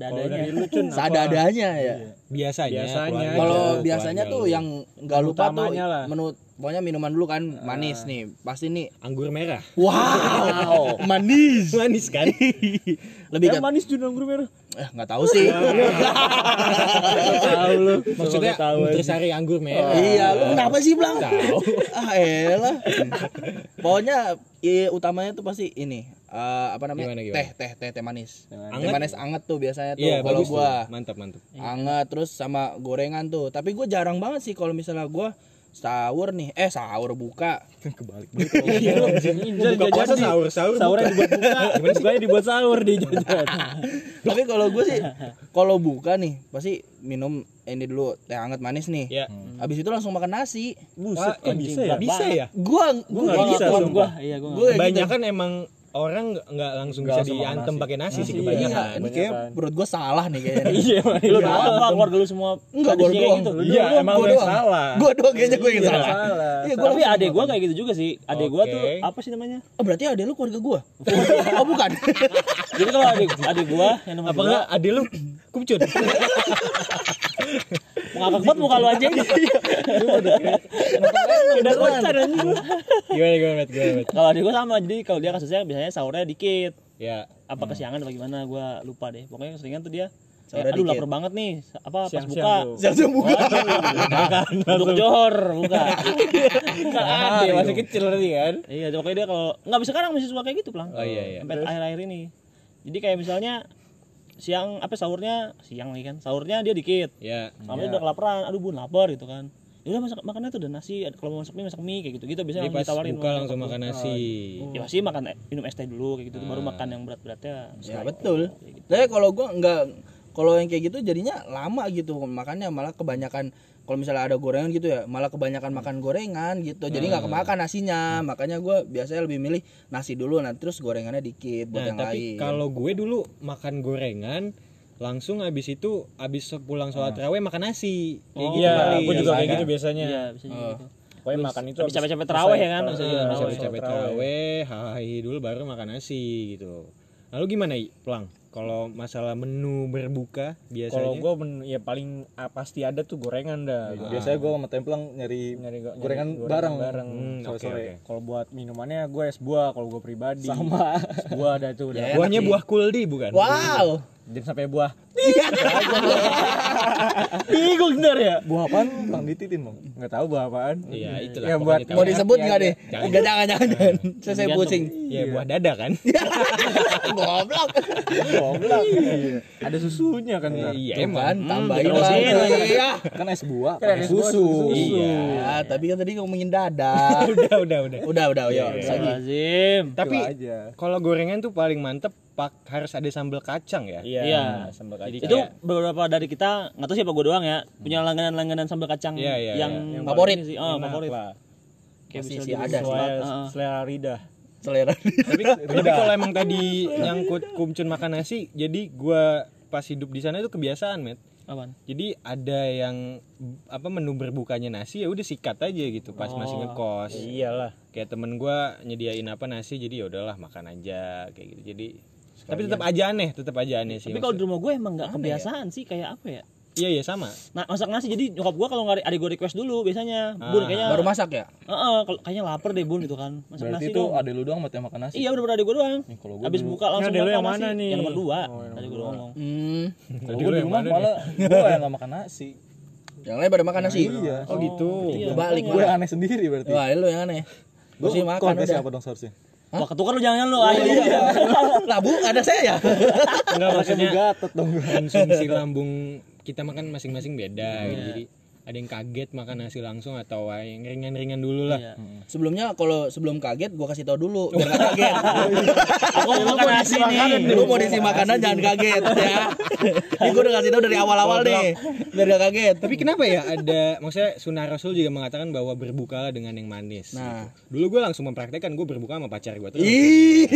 Speaker 1: seadanya.
Speaker 5: dari lu Cun apa?
Speaker 2: Seada-adanya ya.
Speaker 3: Iya, biasanya.
Speaker 5: Biasanya.
Speaker 3: keluarga lu,
Speaker 2: Kalau
Speaker 3: keluarga
Speaker 2: biasanya tuh
Speaker 3: lu.
Speaker 2: yang nggak lupa tuh
Speaker 5: Utamanya lah.
Speaker 2: menu pokoknya minuman dulu kan manis nih. Pasti nih.
Speaker 3: anggur merah
Speaker 2: Wow, manis.
Speaker 3: manis kan?
Speaker 2: Lebih
Speaker 5: Eh,
Speaker 2: kan
Speaker 5: manis Jun anggur merah.
Speaker 2: eh nggak tahu sih.
Speaker 5: Tahu lu.
Speaker 3: Maksudnya tersari anggur merah.
Speaker 2: iya, lu kenapa sih, Blang?
Speaker 3: Tahu.
Speaker 2: ah, elah. pokoknya i- utamanya tuh pasti ini. eh, apa namanya?
Speaker 3: Gimana, gimana?
Speaker 2: Teh, teh, teh, teh manis. Teh
Speaker 3: Anget?
Speaker 2: manis anget tuh biasanya tuh
Speaker 3: Iya,
Speaker 2: kalau
Speaker 3: bagus tuh.
Speaker 2: gua.
Speaker 3: Mantap, mantap.
Speaker 5: Iya.
Speaker 2: anget terus sama gorengan tuh tapi gue jarang banget sih kalau misalnya gue sahur nih eh sahur buka
Speaker 4: kebalik
Speaker 5: Buka
Speaker 3: puasa sahur, sahur
Speaker 5: Sahurnya dibuat buka. Bukanya dibuat sahur di jajan.
Speaker 2: tapi kalau gue sih kalau buka nih pasti minum ini dulu teh anget manis nih
Speaker 5: Iya.
Speaker 3: Ya.
Speaker 2: abis itu langsung makan nasi
Speaker 5: Buset, kok bisa ya?
Speaker 3: Bisa ya?
Speaker 2: gue
Speaker 5: Gua
Speaker 2: gue
Speaker 5: nggak
Speaker 2: gitu
Speaker 5: bisa,
Speaker 1: Gua-
Speaker 5: sumpah.
Speaker 1: gua. Iya gua.
Speaker 2: gue gitu
Speaker 3: Kebanyakan emang orang nggak- nggak langsung bisa diantem pakai nasi sih
Speaker 2: iya
Speaker 3: kebanyakan.
Speaker 2: ini kayak perut gue salah nih kayaknya
Speaker 5: Iya,
Speaker 1: Lu doang keluar dulu semua.
Speaker 2: Enggak, gua
Speaker 1: Tradisinya kayak
Speaker 2: doang.
Speaker 1: gitu.
Speaker 5: Iya, emang lu yang salah.
Speaker 2: Gue doang kayaknya gue yang
Speaker 5: Iya,
Speaker 2: salah.
Speaker 5: salah.
Speaker 2: Iya, gua
Speaker 1: Tapi
Speaker 2: langsung
Speaker 1: adek
Speaker 2: makan.
Speaker 1: gua kayak gitu juga sih. Adek gua tuh
Speaker 3: Oke.
Speaker 1: apa sih namanya?
Speaker 2: Oh, berarti adek lu keluarga gue? oh, bukan.
Speaker 1: Jadi kalau adik adik gua yang nomor
Speaker 3: Apa
Speaker 1: dua,
Speaker 3: enggak adil lu kumcut?
Speaker 1: ngakak banget muka lu aja. Udah kocan anjing lu.
Speaker 3: gimana gimana Matt? gimana Matt?
Speaker 1: Kalau adik gua sama jadi kalau dia kasusnya biasanya sahurnya dikit.
Speaker 3: Ya.
Speaker 1: Apa kesiangan apa gimana gua lupa deh. Pokoknya keseringan tuh dia Eh, aduh
Speaker 2: Sahurnya dikit.
Speaker 1: lapar banget nih apa pas
Speaker 5: Siang-siang
Speaker 1: buka
Speaker 5: tuh.
Speaker 2: Siapa buka?
Speaker 1: untuk johor buka gitu.
Speaker 3: Kan adil masih kecil tadi kan.
Speaker 1: iya pokoknya dia kalau nggak bisa sekarang masih suka kayak gitu pelang
Speaker 3: Oh, iya, iya.
Speaker 1: sampai akhir-akhir ini jadi kayak misalnya siang apa sahurnya siang nih kan sahurnya dia dikit
Speaker 3: Ya.
Speaker 1: Namanya udah kelaparan, aduh bun lapar gitu kan. Ya udah masak makannya tuh udah nasi, ada- kalau mau masak mie masak mie kayak gitu-gitu bisa
Speaker 3: Jadi
Speaker 1: langsung
Speaker 3: pas
Speaker 1: ditawarin.
Speaker 3: buka langsung
Speaker 2: Ah,
Speaker 3: makan nasi.
Speaker 1: Ya pasti makan eh, minum es teh dulu kayak gitu baru makan yang berat-beratnya.
Speaker 2: Ya betul.
Speaker 3: gitu,
Speaker 2: Tapi kalau gua nggak kalau yang kayak gitu jadinya lama gitu makannya malah kebanyakan kalau misalnya ada gorengan gitu ya malah kebanyakan makan gorengan gitu jadi nggak
Speaker 3: Hmm.
Speaker 2: kemakan nasinya makanya gua biasanya lebih milih nasi dulu nanti terus gorengannya dikit buat
Speaker 3: Nah,
Speaker 2: yang
Speaker 3: tapi
Speaker 2: lain
Speaker 3: kalau gue dulu makan gorengan langsung abis itu abis
Speaker 2: Ah.
Speaker 3: pulang sholat raweh makan nasi kayak
Speaker 2: Oh.
Speaker 3: gitu
Speaker 5: Iya,
Speaker 3: kali.
Speaker 5: gue juga
Speaker 3: Iya,
Speaker 5: kayak
Speaker 3: kan?
Speaker 5: gitu biasanya.
Speaker 1: Iya, bisa juga gitu.
Speaker 5: Pokoknya makan itu
Speaker 1: habis capek-capek terawih ya kan?
Speaker 5: Habis
Speaker 1: Habis iya,
Speaker 5: selesai terawih.
Speaker 1: terawih.
Speaker 3: Habis capek terawih, hahi dulu baru makan nasi gitu. Lalu gimana, I? Pulang. Kalau masalah menu berbuka biasanya
Speaker 5: Kalau gue ya paling ah, pasti ada tuh gorengan dah.
Speaker 4: biasanya gue sama templang nyari
Speaker 5: Nyari- nyari
Speaker 4: Iya. gorengan
Speaker 5: gorengan
Speaker 4: bareng
Speaker 5: bareng.
Speaker 3: Hmm,
Speaker 4: sore sore
Speaker 3: oke, oke.
Speaker 5: Kalau buat minumannya gue es buah kalau gue pribadi. Sama. Es buah ada tuh udah.
Speaker 2: Ya, enak
Speaker 3: buahnya
Speaker 2: sih.
Speaker 3: buah kuldi bukan?
Speaker 2: wow
Speaker 5: Jadi sampai buah.
Speaker 1: Bingung bener ya.
Speaker 4: buah apaan Hmm, bang dititin bang
Speaker 5: Nggak tahu buah apaan.
Speaker 3: Iya, itulah.
Speaker 5: Ya,
Speaker 3: pokoknya
Speaker 5: buat-
Speaker 3: tahu.
Speaker 2: mau disebut nggak deh
Speaker 3: Jangan.
Speaker 2: nggak jangan jangan, jangan. selesai
Speaker 1: Jangan.
Speaker 2: pusing
Speaker 3: Iya, buah dada kan?
Speaker 2: goblok
Speaker 4: goblok
Speaker 5: Ada susunya kan. Nar?
Speaker 3: Iya,
Speaker 2: Tuh
Speaker 3: emang.
Speaker 2: kan tambahin
Speaker 1: betul
Speaker 2: lagi
Speaker 1: sih.
Speaker 2: iya
Speaker 4: kan es buah
Speaker 5: Kan ada
Speaker 4: pakai
Speaker 5: es buah,
Speaker 4: susu
Speaker 5: susu.
Speaker 3: Iya.
Speaker 2: Ya, tapi kan tadi ngomongin dada
Speaker 3: Udah, udah, udah.
Speaker 2: udah udah
Speaker 3: Iya,
Speaker 2: ya lagi
Speaker 1: Lazim.
Speaker 3: Tapi
Speaker 4: Itu aja.
Speaker 3: kalau gorengan tuh paling mantep pak harus ada sambal kacang ya.
Speaker 1: Iya.
Speaker 5: Sambal
Speaker 3: Jadi
Speaker 5: kacang.
Speaker 1: Itu
Speaker 3: kayak-
Speaker 1: beberapa dari kita nggak tahu siapa gue doang ya punya langganan-langganan sambal kacang
Speaker 3: Iya, iya,
Speaker 1: yang
Speaker 5: iya. Yang
Speaker 2: favorit.
Speaker 1: ini sih. Oh,
Speaker 5: Enak
Speaker 1: favorit. Ah.
Speaker 5: lah.
Speaker 1: Kayak
Speaker 2: Pasti
Speaker 1: bisa
Speaker 2: sih ada
Speaker 1: dibuat,
Speaker 5: Sesuai
Speaker 1: heeh.
Speaker 5: selera lidah.
Speaker 2: selera
Speaker 3: Tapi, tapi kalau emang tadi nyangkut kumcun makan nasi, jadi gua pas hidup di sana itu kebiasaan, Met.
Speaker 1: Apaan?
Speaker 3: Jadi ada yang apa menu berbukanya nasi ya udah sikat aja gitu pas masih ngekos.
Speaker 5: Iyalah.
Speaker 3: Kayak temen gua nyediain apa nasi jadi ya udahlah makan aja kayak gitu. Jadi tapi tetap aja aneh, tetap aja aneh sih.
Speaker 1: Tapi kalau di
Speaker 3: maksud-
Speaker 1: rumah gue emang nggak kebiasaan sih kayak apa ya?
Speaker 3: Iya iya sama.
Speaker 1: Nah, masak nasi jadi nyokap gua kalau nggak ada adik gua request dulu biasanya. Bun kayaknya
Speaker 2: baru masak ya
Speaker 1: Heeh, kalau- kayaknya lapar deh Bun gitu kan. Masak
Speaker 4: berarti
Speaker 1: nasi
Speaker 4: itu
Speaker 1: dong.
Speaker 4: ada lu doang mati makan nasi
Speaker 1: Iya, udah berada gua doang.
Speaker 4: Nih, kalau gua
Speaker 1: Habis buka langsung
Speaker 5: Ini adek lu
Speaker 1: makan
Speaker 5: yang
Speaker 1: nasi.
Speaker 5: mana nih?
Speaker 1: Yang nomor 2. Tadi gua ngomong.
Speaker 2: hmm
Speaker 4: kalau gua di rumah malah gua yang gak makan nasi
Speaker 2: yang lain pada makan nasi
Speaker 4: iya
Speaker 3: Oh, gitu.
Speaker 2: Gua balik
Speaker 4: gue
Speaker 2: Nah, gua
Speaker 4: aneh sendiri berarti
Speaker 2: wah lu yang aneh
Speaker 4: Gua
Speaker 2: gua sih makan
Speaker 4: kontes
Speaker 2: udah
Speaker 4: siapa dong seharusnya
Speaker 1: Wah, ketukar lu jangan lu. Ayo. Iya.
Speaker 2: lah bu ada saya ya
Speaker 3: Enggak maksudnya
Speaker 4: gatot dong
Speaker 3: konsumsi lambung kita makan masing-masing beda gitu. Jadi ada yang kaget makan nasi langsung atau yang ringan-ringan dulu lah.
Speaker 1: Iya.
Speaker 2: Sebelumnya kalau sebelum kaget gua kasih tau dulu biar nggak kaget.
Speaker 1: Aku mau makan nasi nih.
Speaker 2: Lu mau diisi makanan jangan kaget ya. Ini gua udah kasih tau dari awal-awal nih biar nggak kaget.
Speaker 3: Tapi kenapa ya ada maksudnya Sunnah Rasul juga mengatakan bahwa berbukalah dengan yang manis.
Speaker 2: Nah.
Speaker 3: gitu. Dulu gue langsung mempraktekkan gue berbuka sama pacar gue terus.
Speaker 2: Ih,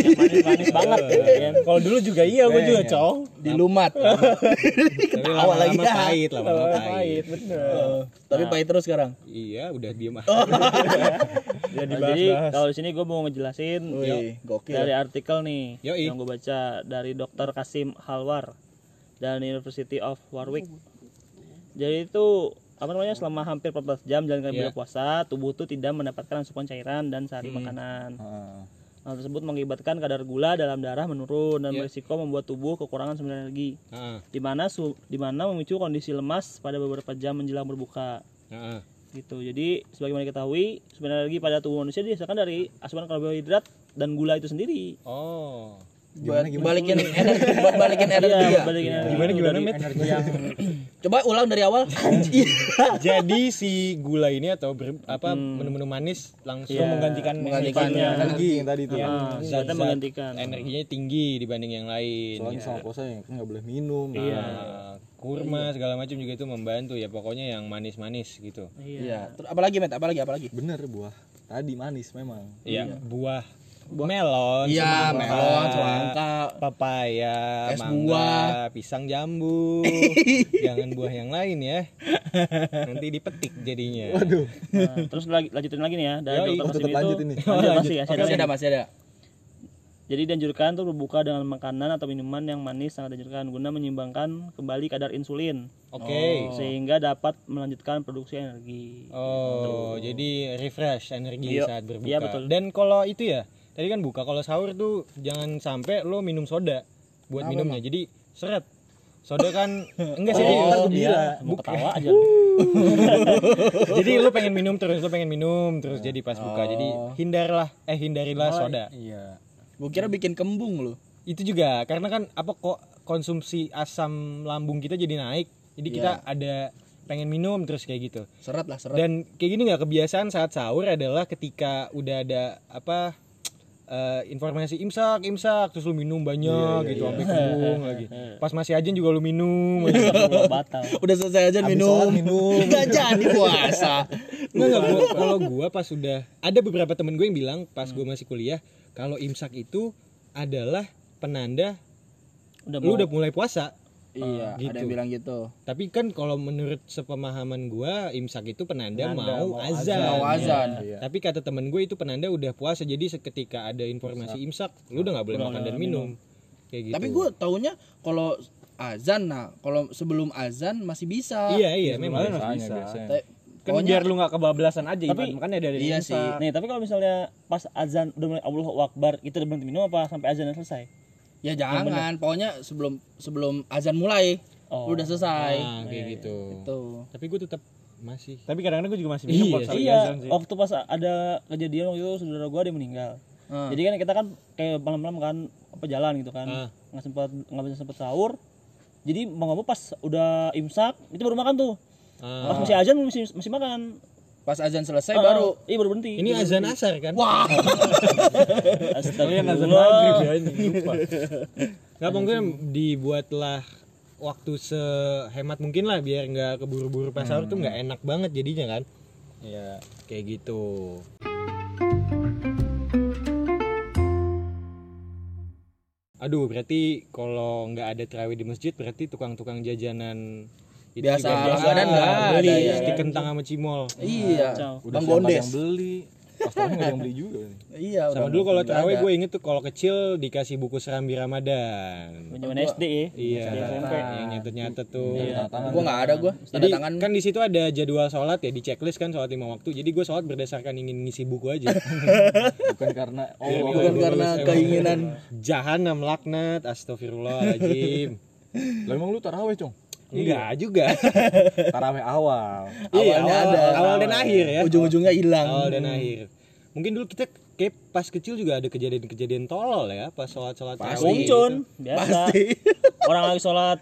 Speaker 1: Manis banget gitu kan.
Speaker 5: Kalau dulu juga iya, gue juga cong.
Speaker 2: dilumat.
Speaker 3: Tapi
Speaker 2: Ketawa lagi
Speaker 3: lama-lama
Speaker 2: dah.
Speaker 3: pahit, Nah. lama-lama pahit.
Speaker 5: Pahit, bener.
Speaker 2: Tapi pahit terus sekarang.
Speaker 3: Iya, udah diem ah.
Speaker 5: Jadi
Speaker 1: Nah, jadi
Speaker 5: bahas
Speaker 1: kalau di sini gue mau ngejelasin
Speaker 2: Wih,
Speaker 1: dari
Speaker 2: gokil.
Speaker 1: artikel nih
Speaker 3: Yoi.
Speaker 1: yang gue baca dari Dr. Kasim Halwar dan University of Warwick. Jadi itu apa namanya selama hampir 14 jam jalankan
Speaker 3: Iya.
Speaker 1: ibadah puasa, tubuh tuh tidak mendapatkan asupan cairan dan sari makanan.
Speaker 4: Heeh.
Speaker 1: Hal tersebut mengakibatkan kadar gula dalam darah menurun dan
Speaker 3: Iya.
Speaker 1: berisiko membuat tubuh kekurangan sumber energi,
Speaker 3: Heeh,
Speaker 1: di mana su- di mana memicu kondisi lemas pada beberapa jam menjelang berbuka
Speaker 3: heeh.
Speaker 1: gitu. Jadi sebagaimana diketahui, sumber energi pada tubuh manusia dihasilkan dari asupan karbohidrat dan gula itu sendiri.
Speaker 3: Oh.
Speaker 2: Buat balikin energi, buat balikin
Speaker 1: Kan
Speaker 3: Iya.
Speaker 2: energi ya.
Speaker 1: balikin energi
Speaker 3: Gimana
Speaker 1: Iya, itu
Speaker 3: gimana,
Speaker 1: dari- Ah,
Speaker 3: Met?
Speaker 2: Coba ulang dari awal.
Speaker 3: Jadi si gula ini atau ber- apa menu-menu manis langsung
Speaker 1: Iya.
Speaker 3: menggantikan
Speaker 2: Menggantikannya.
Speaker 4: energi yang tadi itu.
Speaker 1: Ah,
Speaker 3: Zat-zat
Speaker 1: zat menggantikan.
Speaker 3: energinya tinggi dibanding yang lain.
Speaker 4: Soalnya
Speaker 3: Nah,
Speaker 4: sama puasa ya kan nggak boleh minum.
Speaker 1: Iya.
Speaker 3: kurma segala macam juga itu membantu ya pokoknya yang manis-manis gitu.
Speaker 1: Iya.
Speaker 2: Iya. Terus apalagi, Met? Apalagi, apalagi?
Speaker 4: Bener buah. Tadi manis memang.
Speaker 3: Iya, buah, melon,
Speaker 2: Iya,
Speaker 3: semangka,
Speaker 2: melon, semangka.
Speaker 3: papaya,
Speaker 2: Es
Speaker 3: mangga,
Speaker 2: buah.
Speaker 3: pisang jambu. Jangan buah yang lain ya. Nanti dipetik jadinya. Waduh.
Speaker 1: Nah, terus lagi lanjutin lagi nih ya dari
Speaker 3: Yoi, oh,
Speaker 1: dokter
Speaker 4: tetep
Speaker 1: Kasim itu.
Speaker 4: lanjut ini.
Speaker 1: Lanjut, masih ya,
Speaker 2: Masih ada,
Speaker 1: silakan.
Speaker 2: masih ada.
Speaker 1: Jadi dianjurkan untuk berbuka dengan makanan atau minuman yang manis sangat dianjurkan guna menyeimbangkan kembali kadar insulin
Speaker 3: Oke.
Speaker 1: sehingga dapat melanjutkan produksi energi.
Speaker 3: Oh, jadi refresh energi
Speaker 1: Iya.
Speaker 3: saat berbuka.
Speaker 1: Iya, betul.
Speaker 3: Dan kalau itu ya, tadi kan buka kalau sahur tuh jangan sampai lo minum soda buat minumnya. Jadi seret. Soda kan enggak sih.
Speaker 1: iya, mau ketawa aja.
Speaker 3: jadi lo pengen minum terus, lo pengen minum terus jadi pas buka. Jadi
Speaker 1: Oh.
Speaker 3: hindarlah eh hindarilah soda.
Speaker 5: Iya.
Speaker 2: Gue kira bikin kembung lu.
Speaker 3: Itu juga karena kan apa kok konsumsi asam lambung kita jadi naik. Jadi kita ada pengen minum terus kayak gitu.
Speaker 2: Seret lah, seret.
Speaker 3: Dan kayak gini nggak kebiasaan saat sahur adalah ketika udah ada apa eh, informasi imsak imsak terus lu minum banyak gitu sampai kembung lagi. Pas masih aja juga lu minum. gitu. aja.
Speaker 1: Gua batal.
Speaker 2: Udah selesai aja minum. minum. Gak jadi puasa.
Speaker 3: Nggak nggak gua, kalau gua pas sudah ada beberapa temen gue yang bilang pas gua masih kuliah kalau imsak itu adalah penanda
Speaker 1: Udah mau.
Speaker 3: lu udah mulai puasa.
Speaker 2: Iya,
Speaker 3: gitu.
Speaker 2: ada yang bilang gitu.
Speaker 3: Tapi kan kalau menurut sepemahaman gua imsak itu penanda, mau, azan.
Speaker 2: Mau azan.
Speaker 3: Iya. Tapi kata temen gue itu penanda udah puasa jadi seketika ada informasi imsak, lu udah nggak boleh makan dan minum. Kayak gitu.
Speaker 2: Tapi gue taunya kalau azan nah, kalau sebelum azan masih bisa.
Speaker 3: iya iya memang.
Speaker 5: Biasanya, biasanya.
Speaker 2: Ta-
Speaker 5: Kan
Speaker 2: Pokoknya
Speaker 5: biar lu gak kebablasan aja
Speaker 1: Tapi-
Speaker 5: Iman. makanya dari
Speaker 2: Iya
Speaker 5: Insta.
Speaker 2: sih.
Speaker 1: Nih, tapi kalau misalnya pas azan udah mulai Allahu Akbar, itu udah berhenti minum apa sampai azan selesai?
Speaker 2: ya jangan, pokoknya sebelum sebelum azan mulai
Speaker 1: Oh.
Speaker 2: lu udah selesai.
Speaker 3: Nah, kayak gitu.
Speaker 2: Tuh.
Speaker 3: Tapi gue tetap masih
Speaker 5: Tapi kadang-kadang gue juga masih
Speaker 3: Iya
Speaker 5: minum kalau
Speaker 3: sih.
Speaker 5: sekali
Speaker 1: Iya,
Speaker 5: azan sih.
Speaker 1: waktu pas ada kejadian waktu itu saudara gua ada yang meninggal.
Speaker 2: Hmm.
Speaker 1: Jadi kan kita kan kayak malam-malam kan apa jalan gitu kan.
Speaker 3: Ah.
Speaker 1: Nggak sempat nggak bisa sempat sahur. Jadi mau nggak mau pas udah imsak itu baru makan tuh.
Speaker 3: Ah.
Speaker 1: Pas masih azan masih masih makan.
Speaker 2: Pas azan selesai
Speaker 1: Ah,
Speaker 2: baru
Speaker 1: Iya baru berhenti.
Speaker 3: Ini azan asar kan?
Speaker 2: wah.
Speaker 3: Oh, iya,
Speaker 1: Astagfirullah.
Speaker 3: ya?
Speaker 5: ya lupa.
Speaker 3: Nggak mungkin dibuatlah waktu sehemat mungkin lah biar nggak keburu-buru pas sahur
Speaker 2: Hmm.
Speaker 3: tuh nggak enak banget jadinya kan?
Speaker 5: Iya.
Speaker 3: Kayak gitu. Aduh, berarti kalau nggak ada terawih di masjid, berarti tukang-tukang jajanan itu
Speaker 2: Biasa,
Speaker 3: juga
Speaker 2: langganan nggak ada,
Speaker 3: beli
Speaker 2: iya
Speaker 3: stick
Speaker 2: kan?
Speaker 3: kentang sama cimol.
Speaker 2: Iya.
Speaker 1: Kacau.
Speaker 4: Udah
Speaker 2: Bang
Speaker 4: siapa ada
Speaker 2: Gondes.
Speaker 4: yang beli. Pas tahu nggak ada yang beli juga nih.
Speaker 2: Iya,
Speaker 3: Sama
Speaker 2: udah.
Speaker 3: dulu kalau
Speaker 2: Nggak
Speaker 3: terawih
Speaker 2: ada.
Speaker 3: gue inget tuh kalau kecil dikasih buku serambi Ramadan.
Speaker 1: Zaman SD ya.
Speaker 3: Iya,
Speaker 1: SD SMP.
Speaker 3: yang nyatet-nyatet tuh.
Speaker 5: Iya.
Speaker 2: Gua nggak ada gua. Tanda
Speaker 3: Jadi
Speaker 2: tangan.
Speaker 3: kan di situ ada jadwal sholat ya di checklist kan sholat lima waktu. Jadi gue sholat berdasarkan ingin ngisi buku aja.
Speaker 4: Bukan karena
Speaker 5: Iya,
Speaker 4: oh
Speaker 2: bukan karena keinginan.
Speaker 3: Jahanam laknat, astagfirullahaladzim.
Speaker 4: Lah emang lu taraweh, Cong?
Speaker 3: Enggak juga.
Speaker 4: Taraweh awal.
Speaker 3: Iya,
Speaker 2: Iya. Awalnya
Speaker 3: awal,
Speaker 2: ada. Hmm.
Speaker 3: awal dan akhir ya.
Speaker 2: Ujung-ujungnya hilang.
Speaker 3: Awal dan akhir. Mungkin dulu kita kayak pas kecil juga ada kejadian-kejadian tolol ya pas sholat-sholat
Speaker 1: Pasti.
Speaker 3: tarawih gitu.
Speaker 1: Kuncun, biasa.
Speaker 2: Pasti.
Speaker 1: Orang lagi sholat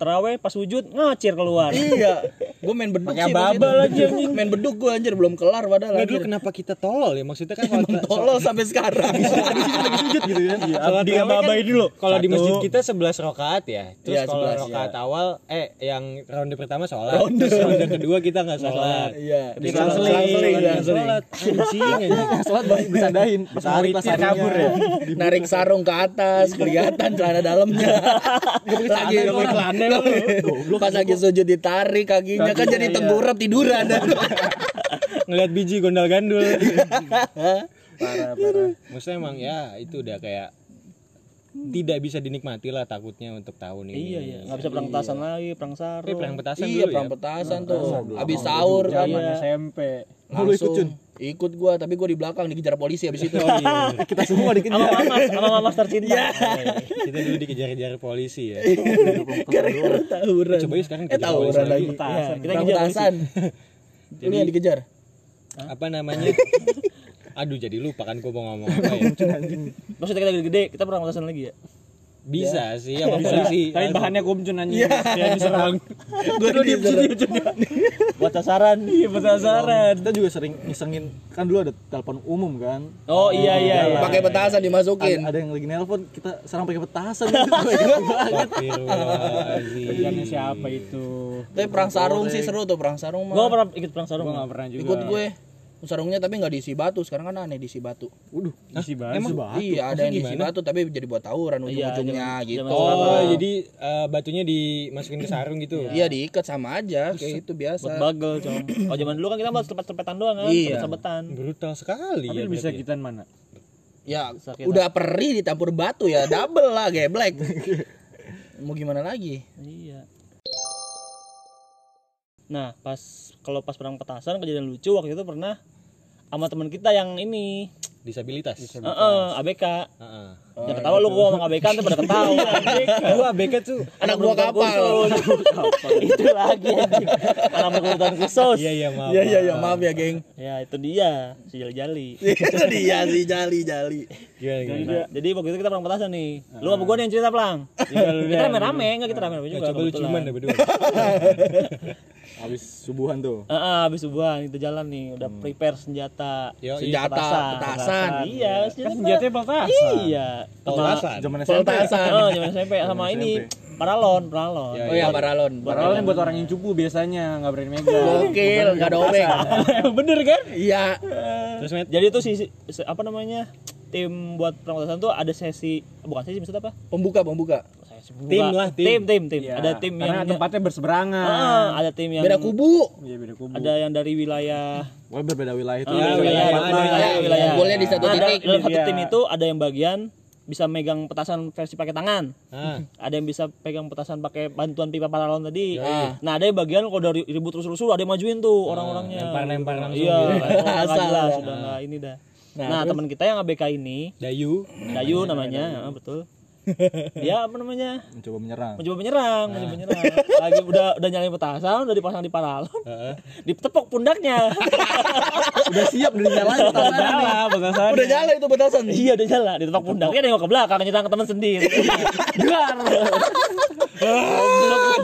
Speaker 1: teraweh pas sujud ngacir keluar.
Speaker 2: iya. Gue main beduk
Speaker 5: Pakai
Speaker 2: sih pas
Speaker 5: ababa
Speaker 2: itu.
Speaker 5: lagi, anjing.
Speaker 2: Main beduk gue anjir belum kelar padahal
Speaker 3: Nggak, dulu
Speaker 2: anjir.
Speaker 3: kenapa kita tolol ya? Maksudnya kan kalau
Speaker 2: Emang tolol sampai sekarang.
Speaker 4: gitu kan
Speaker 5: Iya,
Speaker 3: Salat
Speaker 5: dia
Speaker 3: tarawih
Speaker 5: babai
Speaker 3: kan
Speaker 5: dulu.
Speaker 3: Kalau di
Speaker 5: Satu.
Speaker 3: masjid kita 11 rokaat ya. Terus
Speaker 2: Iya,
Speaker 3: kalau
Speaker 2: 11,
Speaker 3: rokaat awal eh yang ronde pertama sholat, terus ronde kedua kita nggak sholat.
Speaker 2: Iya.
Speaker 3: Di
Speaker 2: Selang-
Speaker 3: selang-
Speaker 2: selang- seling,
Speaker 3: selang-
Speaker 2: selang- seling.
Speaker 3: sholat anjing anjing.
Speaker 4: sholat banyak disandain pas hari pas harinya.
Speaker 5: kabur ya.
Speaker 2: Narik sarung ke atas, kelihatan celana dalamnya. lagi Pas lagi sujud ditarik kakinya kan
Speaker 3: iya.
Speaker 2: jadi tenggorok tiduran.
Speaker 3: Ngeliat biji gondal-gandul.
Speaker 5: Parah, parah.
Speaker 3: Maksudnya emang ya itu udah kayak tidak bisa dinikmati lah takutnya untuk tahun ini.
Speaker 1: Iya, iya. Nggak bisa perang petasan lagi, perang
Speaker 3: Tapi
Speaker 1: sarung.
Speaker 3: perang petasan
Speaker 2: iya,
Speaker 3: dulu ya.
Speaker 2: perang petasan tuh. Habis sahur kan.
Speaker 5: Zaman SMP.
Speaker 4: Lu ikut, Cun?
Speaker 2: Langsung ikut gua, tapi gua di belakang dikejar polisi habis itu.
Speaker 4: kita semua
Speaker 1: Sama
Speaker 4: dikejar
Speaker 1: mamas, sama mamas tercinta.
Speaker 3: Iya. Kita dulu dikejar-kejar polisi ya.
Speaker 2: Iya. Gara-gara tawuran.
Speaker 3: Coba yuk sekarang
Speaker 2: Eh,
Speaker 3: kejar polisi
Speaker 2: tawuran lagi.
Speaker 3: lagi.
Speaker 1: Iya, kita
Speaker 2: Perang
Speaker 1: kejar.
Speaker 2: petasan. Lu yang dikejar.
Speaker 3: Apa namanya? Aduh jadi lupa kan gua mau ngomong apa ya.
Speaker 1: Maksudnya kita gede-gede, kita perang petasan lagi ya.
Speaker 3: Ya. Bisa sih sama polisi.
Speaker 5: Tapi bahannya gomcun anjing. Dia diserang.
Speaker 2: Gua di
Speaker 1: Buat sasaran.
Speaker 5: Iya, penasaran.
Speaker 4: kita juga sering ngisengin kan dulu ada telepon umum kan
Speaker 1: Oh iya iya iya.
Speaker 2: pakai petasan
Speaker 4: ada,
Speaker 2: dimasukin.
Speaker 4: ada yang lagi nelpon kita serang pakai petasan Gua-
Speaker 3: Iya. Astagfirullahaladzim.
Speaker 5: Bukannya siapa itu?
Speaker 2: Tapi perang sarung sih seru tuh perang sarung
Speaker 1: Gua
Speaker 2: mah.
Speaker 1: pernah ikut perang sarung.
Speaker 5: Gua nggak pernah juga.
Speaker 2: Ikut gue. Sarungnya tapi nggak diisi batu, sekarang kan aneh diisi batu.
Speaker 4: waduh
Speaker 5: Isi banget.
Speaker 2: Iya, ada yang diisi batu tapi jadi buat tawuran ujung-ujungnya gitu.
Speaker 3: Oh, jadi eh, batunya dimasukin ke sarung gitu.
Speaker 2: Iya diikat sama aja kayak itu
Speaker 1: Buat
Speaker 2: biasa.
Speaker 1: bagel, com. Kalau zaman dulu kan kita buat selepet-selepetan doang kan,
Speaker 2: Iya.
Speaker 1: sebet-sebetan.
Speaker 3: Brutal sekali
Speaker 5: Tapi
Speaker 3: ya.
Speaker 5: lu bisa
Speaker 3: berarti.
Speaker 5: gitan mana?
Speaker 2: Ya
Speaker 1: Sakit.
Speaker 2: udah perih ditampur batu ya double lah geblek. Mau gimana lagi?
Speaker 1: Iya. Nah, pas kalau pas perang petasan kejadian lucu waktu itu pernah sama teman kita yang ini,
Speaker 3: Disabilitas.
Speaker 1: eh, eh, ABK.
Speaker 3: Heeh.
Speaker 1: Jangan ketawa lu gua sama ABK tuh pada ketawa. anjing.
Speaker 3: Gua ABK tuh.
Speaker 2: Anak buah kapal.
Speaker 1: itu lagi anjing. Anak berkebutuhan khusus.
Speaker 3: Iya iya maaf.
Speaker 2: Iya iya iya maaf ya geng.
Speaker 1: Ya, itu dia si Jali-Jali.
Speaker 2: Itu dia si jali jali.
Speaker 3: Gimana, gimana?
Speaker 1: Nah, jadi waktu itu kita perang petasan nih. Lu apa gua nih yang cerita pelang? kita rame-rame, enggak kita rame-rame
Speaker 3: Nah,
Speaker 1: juga.
Speaker 3: coba lu
Speaker 1: kebetulan.
Speaker 3: ciuman deh berdua. Iya,
Speaker 4: habis subuhan tuh
Speaker 1: Heeh, habis subuhan itu jalan nih, udah prepare senjata.
Speaker 3: Yo, iya.
Speaker 2: Senjata petasan.
Speaker 1: Iya, senjata.
Speaker 5: Kan senjatanya petasan.
Speaker 1: Iya.
Speaker 3: Petasan.
Speaker 4: zaman SMP
Speaker 2: Petasan.
Speaker 1: Oh, iya. zaman SMP sama ini paralon, paralon.
Speaker 3: Ya,
Speaker 2: Oh ya paralon.
Speaker 5: Padahal buat orang yang cupu biasanya nggak berani
Speaker 2: Iya.
Speaker 5: megang.
Speaker 2: Gokil, nggak ada obeng.
Speaker 1: Bener kan?
Speaker 2: Iya.
Speaker 3: Terus met
Speaker 1: Jadi itu si si- apa namanya? Tim buat perang petasan tuh ada sesi bukan sesi maksud apa?
Speaker 2: Pembuka pembuka.
Speaker 1: Sesi buka.
Speaker 3: Tim lah, tim.
Speaker 1: Tim, tim, tim.
Speaker 5: Iya,
Speaker 1: Ada tim yang
Speaker 5: karena tempatnya
Speaker 1: Heeh,
Speaker 5: berseberangan.
Speaker 1: ada tim yang
Speaker 2: Beda kubu.
Speaker 5: Iya, beda kubu.
Speaker 1: ada yang dari wilayah
Speaker 4: wah berbeda wilayah itu
Speaker 1: Iya,
Speaker 3: wilayah,
Speaker 1: wilayah,
Speaker 2: wilayah,
Speaker 3: iya.
Speaker 1: wilayah.
Speaker 2: Boleh di satu
Speaker 1: Nah, ada-
Speaker 2: titik.
Speaker 1: dalam satu
Speaker 5: Iya.
Speaker 1: tim itu ada yang bagian bisa megang petasan versi pakai tangan
Speaker 3: Ah,
Speaker 1: ada yang bisa pegang petasan pakai bantuan pipa paralon tadi
Speaker 2: Yoi.
Speaker 1: nah ada yang bagian kalau udah ri- ribut rusuh-rusuh ada yang majuin tuh orang-orangnya
Speaker 3: lempar-lempar langsung
Speaker 1: iya
Speaker 3: gitu.
Speaker 1: orang-orang nggak
Speaker 2: Asal
Speaker 1: jelas
Speaker 2: dah.
Speaker 1: udah nggak ini dah
Speaker 2: Nah,
Speaker 1: nah, teman kita yang ABK ini
Speaker 3: Dayu.
Speaker 1: Dayu namanya ah, betul dia apa namanya
Speaker 4: mencoba menyerang
Speaker 1: mencoba menyerang mencoba menyerang lagi udah udah nyalain petasan udah dipasang di paralon
Speaker 3: Heeh.
Speaker 1: ditepok pundaknya
Speaker 4: udah siap udah nyalain
Speaker 5: ya.
Speaker 4: petasan
Speaker 5: Salah, petasan.
Speaker 2: Udah jalan itu petasan.
Speaker 1: Iya udah jalan di tempat Iya, pundaknya nengok ke belakang nyerang ke teman sendiri. Duar.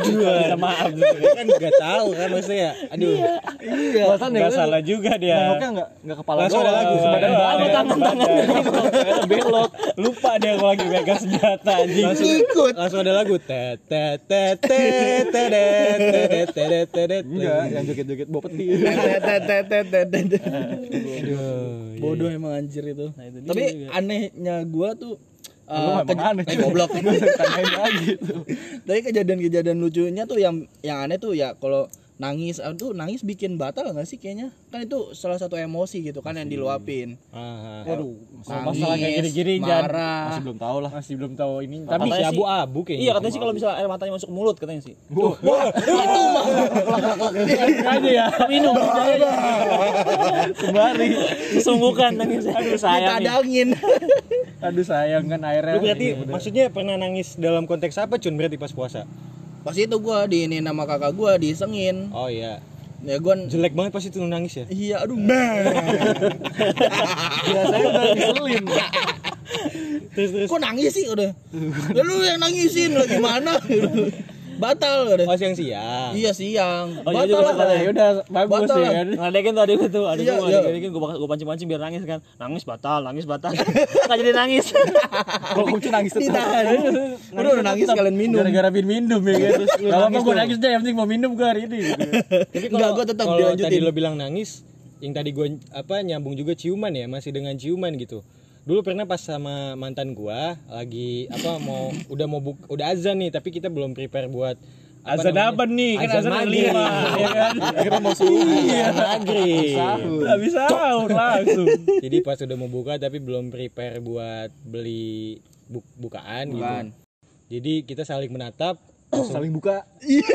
Speaker 1: Minta maaf.
Speaker 3: kan nggak tahu kan maksudnya. Aduh.
Speaker 4: petasan ya, kan?
Speaker 5: Nggak salah juga dia.
Speaker 4: nengoknya nggak nggak kepala
Speaker 3: Langsung ada lagu
Speaker 5: Badan
Speaker 3: sebenarnya.
Speaker 1: Sama
Speaker 5: balik.
Speaker 1: tangan-tangan. iya,
Speaker 5: Ternyata belok. Lupa dia kalau lagi megang senjata anjing.
Speaker 2: Ikut.
Speaker 3: Langsung ada lagu te te te te te te te te te te te te
Speaker 4: enggak yang joget-joget bawa peti
Speaker 2: Bodoh emang anjir
Speaker 1: itu
Speaker 2: itu.
Speaker 1: dia
Speaker 2: iya. Tapi anehnya gua tuh eh,
Speaker 4: Lu emang
Speaker 2: kej-
Speaker 4: aneh,
Speaker 2: eh,
Speaker 4: cuy.
Speaker 2: goblok.
Speaker 4: tanyain lagi tuh
Speaker 2: Tapi kejadian-kejadian lucunya tuh yang yang aneh tuh ya kalau nangis aduh nangis bikin batal nggak sih kayaknya kan itu salah satu emosi gitu kan yang diluapin
Speaker 5: Waduh,
Speaker 2: nangis
Speaker 5: masalah kayak gini-gini dan
Speaker 4: masih
Speaker 2: marah
Speaker 4: belum tahu lah
Speaker 5: Ah. masih belum tahu ini.
Speaker 3: Tapi
Speaker 5: Tapi
Speaker 3: si
Speaker 1: Katanya sih-
Speaker 3: abu-abu kayaknya.
Speaker 1: Iya katanya sih kalau misalnya air matanya masuk ke mulut katanya sih.
Speaker 2: itu mah
Speaker 5: aja ya.
Speaker 1: Minum budaya. Sembari sesungguhkan nangisnya.
Speaker 5: Aduh sayang nih.
Speaker 2: ditadangin
Speaker 5: Aduh sayang kan airnya.
Speaker 3: Lu berarti maksudnya pernah nangis dalam konteks apa Cun berarti pas puasa?
Speaker 2: pas itu gua di ini nama kakak gua disengin
Speaker 3: Oh iya.
Speaker 2: ya gua
Speaker 3: Jelek banget pas itu lu nangis ya.
Speaker 2: iya aduh nah
Speaker 4: biasanya udah diselin
Speaker 3: Terus terus
Speaker 2: kok nangis sih udah lalu yang nangisin lagi mana batal gua deh.
Speaker 3: Oh siang siang.
Speaker 2: iya siang
Speaker 1: Oh, iya juga batal
Speaker 2: batal lah
Speaker 1: ya.
Speaker 2: katanya.
Speaker 5: udah bagus
Speaker 2: Batal.
Speaker 5: ya kan.
Speaker 1: Ngeledekin tuh adik gue tuh, adik
Speaker 2: Iya,
Speaker 1: gue
Speaker 2: iya.
Speaker 1: ngeledekin, gue gue pancing-pancing biar nangis kan Nangis batal, nangis batal Gak jadi nangis
Speaker 4: Kalau kunci nangis tetap.
Speaker 2: ditahan udah udah nangis kalian minum
Speaker 5: Gara-gara bin minum ya kan. Terus lu nangis gue nangis deh, yang penting mau minum gue hari ini. gitu.
Speaker 2: enggak gua tetap
Speaker 3: Kalau tadi
Speaker 2: dilanjutin
Speaker 3: lo bilang nangis, yang tadi gue apa nyambung juga ciuman ya, masih dengan ciuman gitu. Dulu pernah pas sama mantan gua lagi apa mau udah mau buk, udah azan nih, tapi kita belum prepare buat
Speaker 5: Azan apa nih? Kan azan ada
Speaker 3: maghrib.
Speaker 5: lima ya kan.
Speaker 4: Kira mau subuh.
Speaker 3: Azan maghrib.
Speaker 5: Gak bisa sahur langsung.
Speaker 3: Jadi pas udah mau buka tapi belum prepare buat beli bu- bukaan gitu.
Speaker 2: Bukaan.
Speaker 3: Jadi kita saling menatap
Speaker 4: Saling buka. Iya.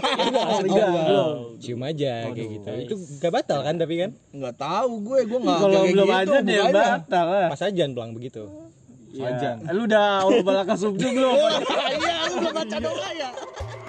Speaker 4: Oh,
Speaker 3: cium aja kayak gitu. Itu gak batal kan tapi kan?
Speaker 2: enggak tahu gue gue enggak
Speaker 5: Kalau belum aja
Speaker 2: aja
Speaker 5: dia batal lah.
Speaker 3: Pas ajan pelang begitu.
Speaker 5: Iya. Ajan. Lu udah Allah balaka subdu belum?
Speaker 2: iya lu udah baca doa ya